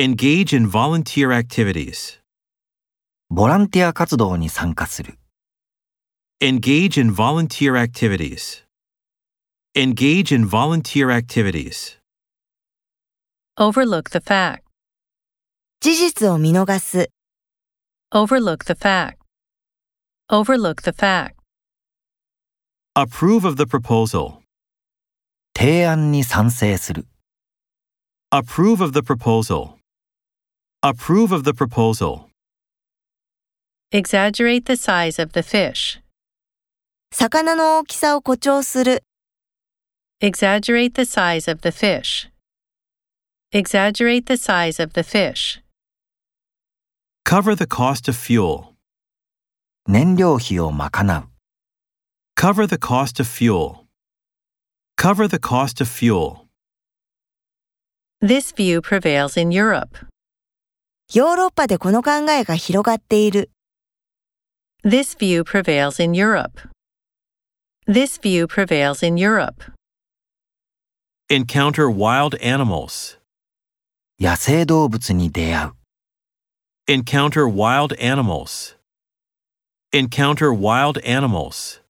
Engage in volunteer activities. ボランティア活動に参加する。 Engage in volunteer activities. Engage in volunteer activities. Overlook the fact. 事実を見逃す、 Overlook the fact. Overlook the fact. Approve of the proposal. 提案に賛成する。 Approve of the proposal. Approve of the proposal. Exaggerate the size of the fish. 魚の大きさを誇張する、 Exaggerate the size of the fish. Exaggerate the size of the fish. Cover the cost of fuel. 燃料費を賄う。 Cover the cost of fuel. Cover the cost of fuel. This view prevails in Europe. ヨーロッパでこの考えが広がっている、 This view prevails in Europe. This view prevails in Europe. Encounter wild animals. 野生動物に出会う。 Encounter wild animals. Encounter wild animals.